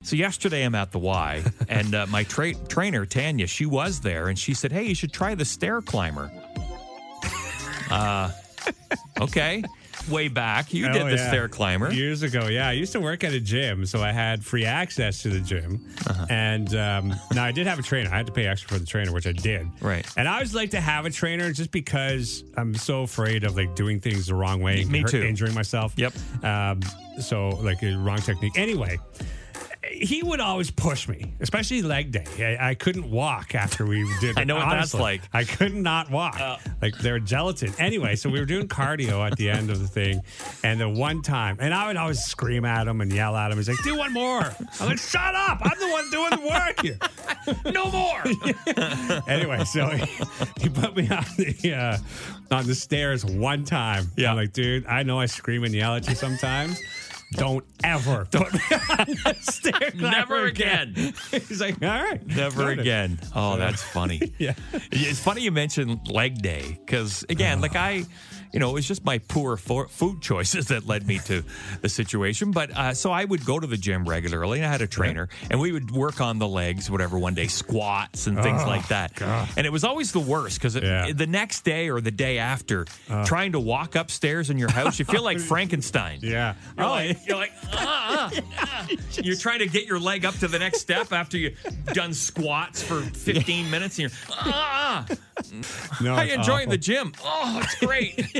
So yesterday I'm at the Y, and uh, my tra- trainer Tanya, she was there, and she said, "Hey, you should try the stair climber." uh, okay, way back you did Oh, the yeah. stair climber. years ago. Yeah, I used to work at a gym, so I had free access to the gym. Uh-huh. And um, now I did have a trainer. I had to pay extra for the trainer, which I did. Right. And I always like to have a trainer just because I'm so afraid of like doing things the wrong way, and Me too. injuring myself. Yep. Um, so like uh, wrong technique. Anyway. He would always push me, especially leg day. I, I couldn't walk after we did. I know what that's honestly. like. Uh. I could not walk. Like they're gelatin. Anyway, so we were doing cardio at the end of the thing, and the one time, and I would always scream at him and yell at him. He's like, "Do one more." I'm like, "Shut up! I'm the one doing the work here." No more. anyway, so he, he put me on the uh, on the stairs one time. Yeah. I'm like, dude, I know I scream and yell at you sometimes. Don't ever put me on the stair Never climber again. He's like, all right, Never noted." again. Oh, that's funny. Yeah. It's funny you mentioned leg day because, again, Ah. like I, you know, it was just my poor fo- food choices that led me to the situation. But uh, so I would go to the gym regularly and I had a trainer and we would work on the legs, whatever, one day, squats and things like that. And it was always the worst because Oh, Yeah. Uh. the next day or the day after, trying to walk upstairs in your house, you feel like Frankenstein. Yeah. You're oh, like, you're like, ah, ah, ah." you're trying to get your leg up to the next step after you've done squats for 15 minutes and you're, ah, ah. no, how it's you enjoying awful. the gym? Oh, it's great.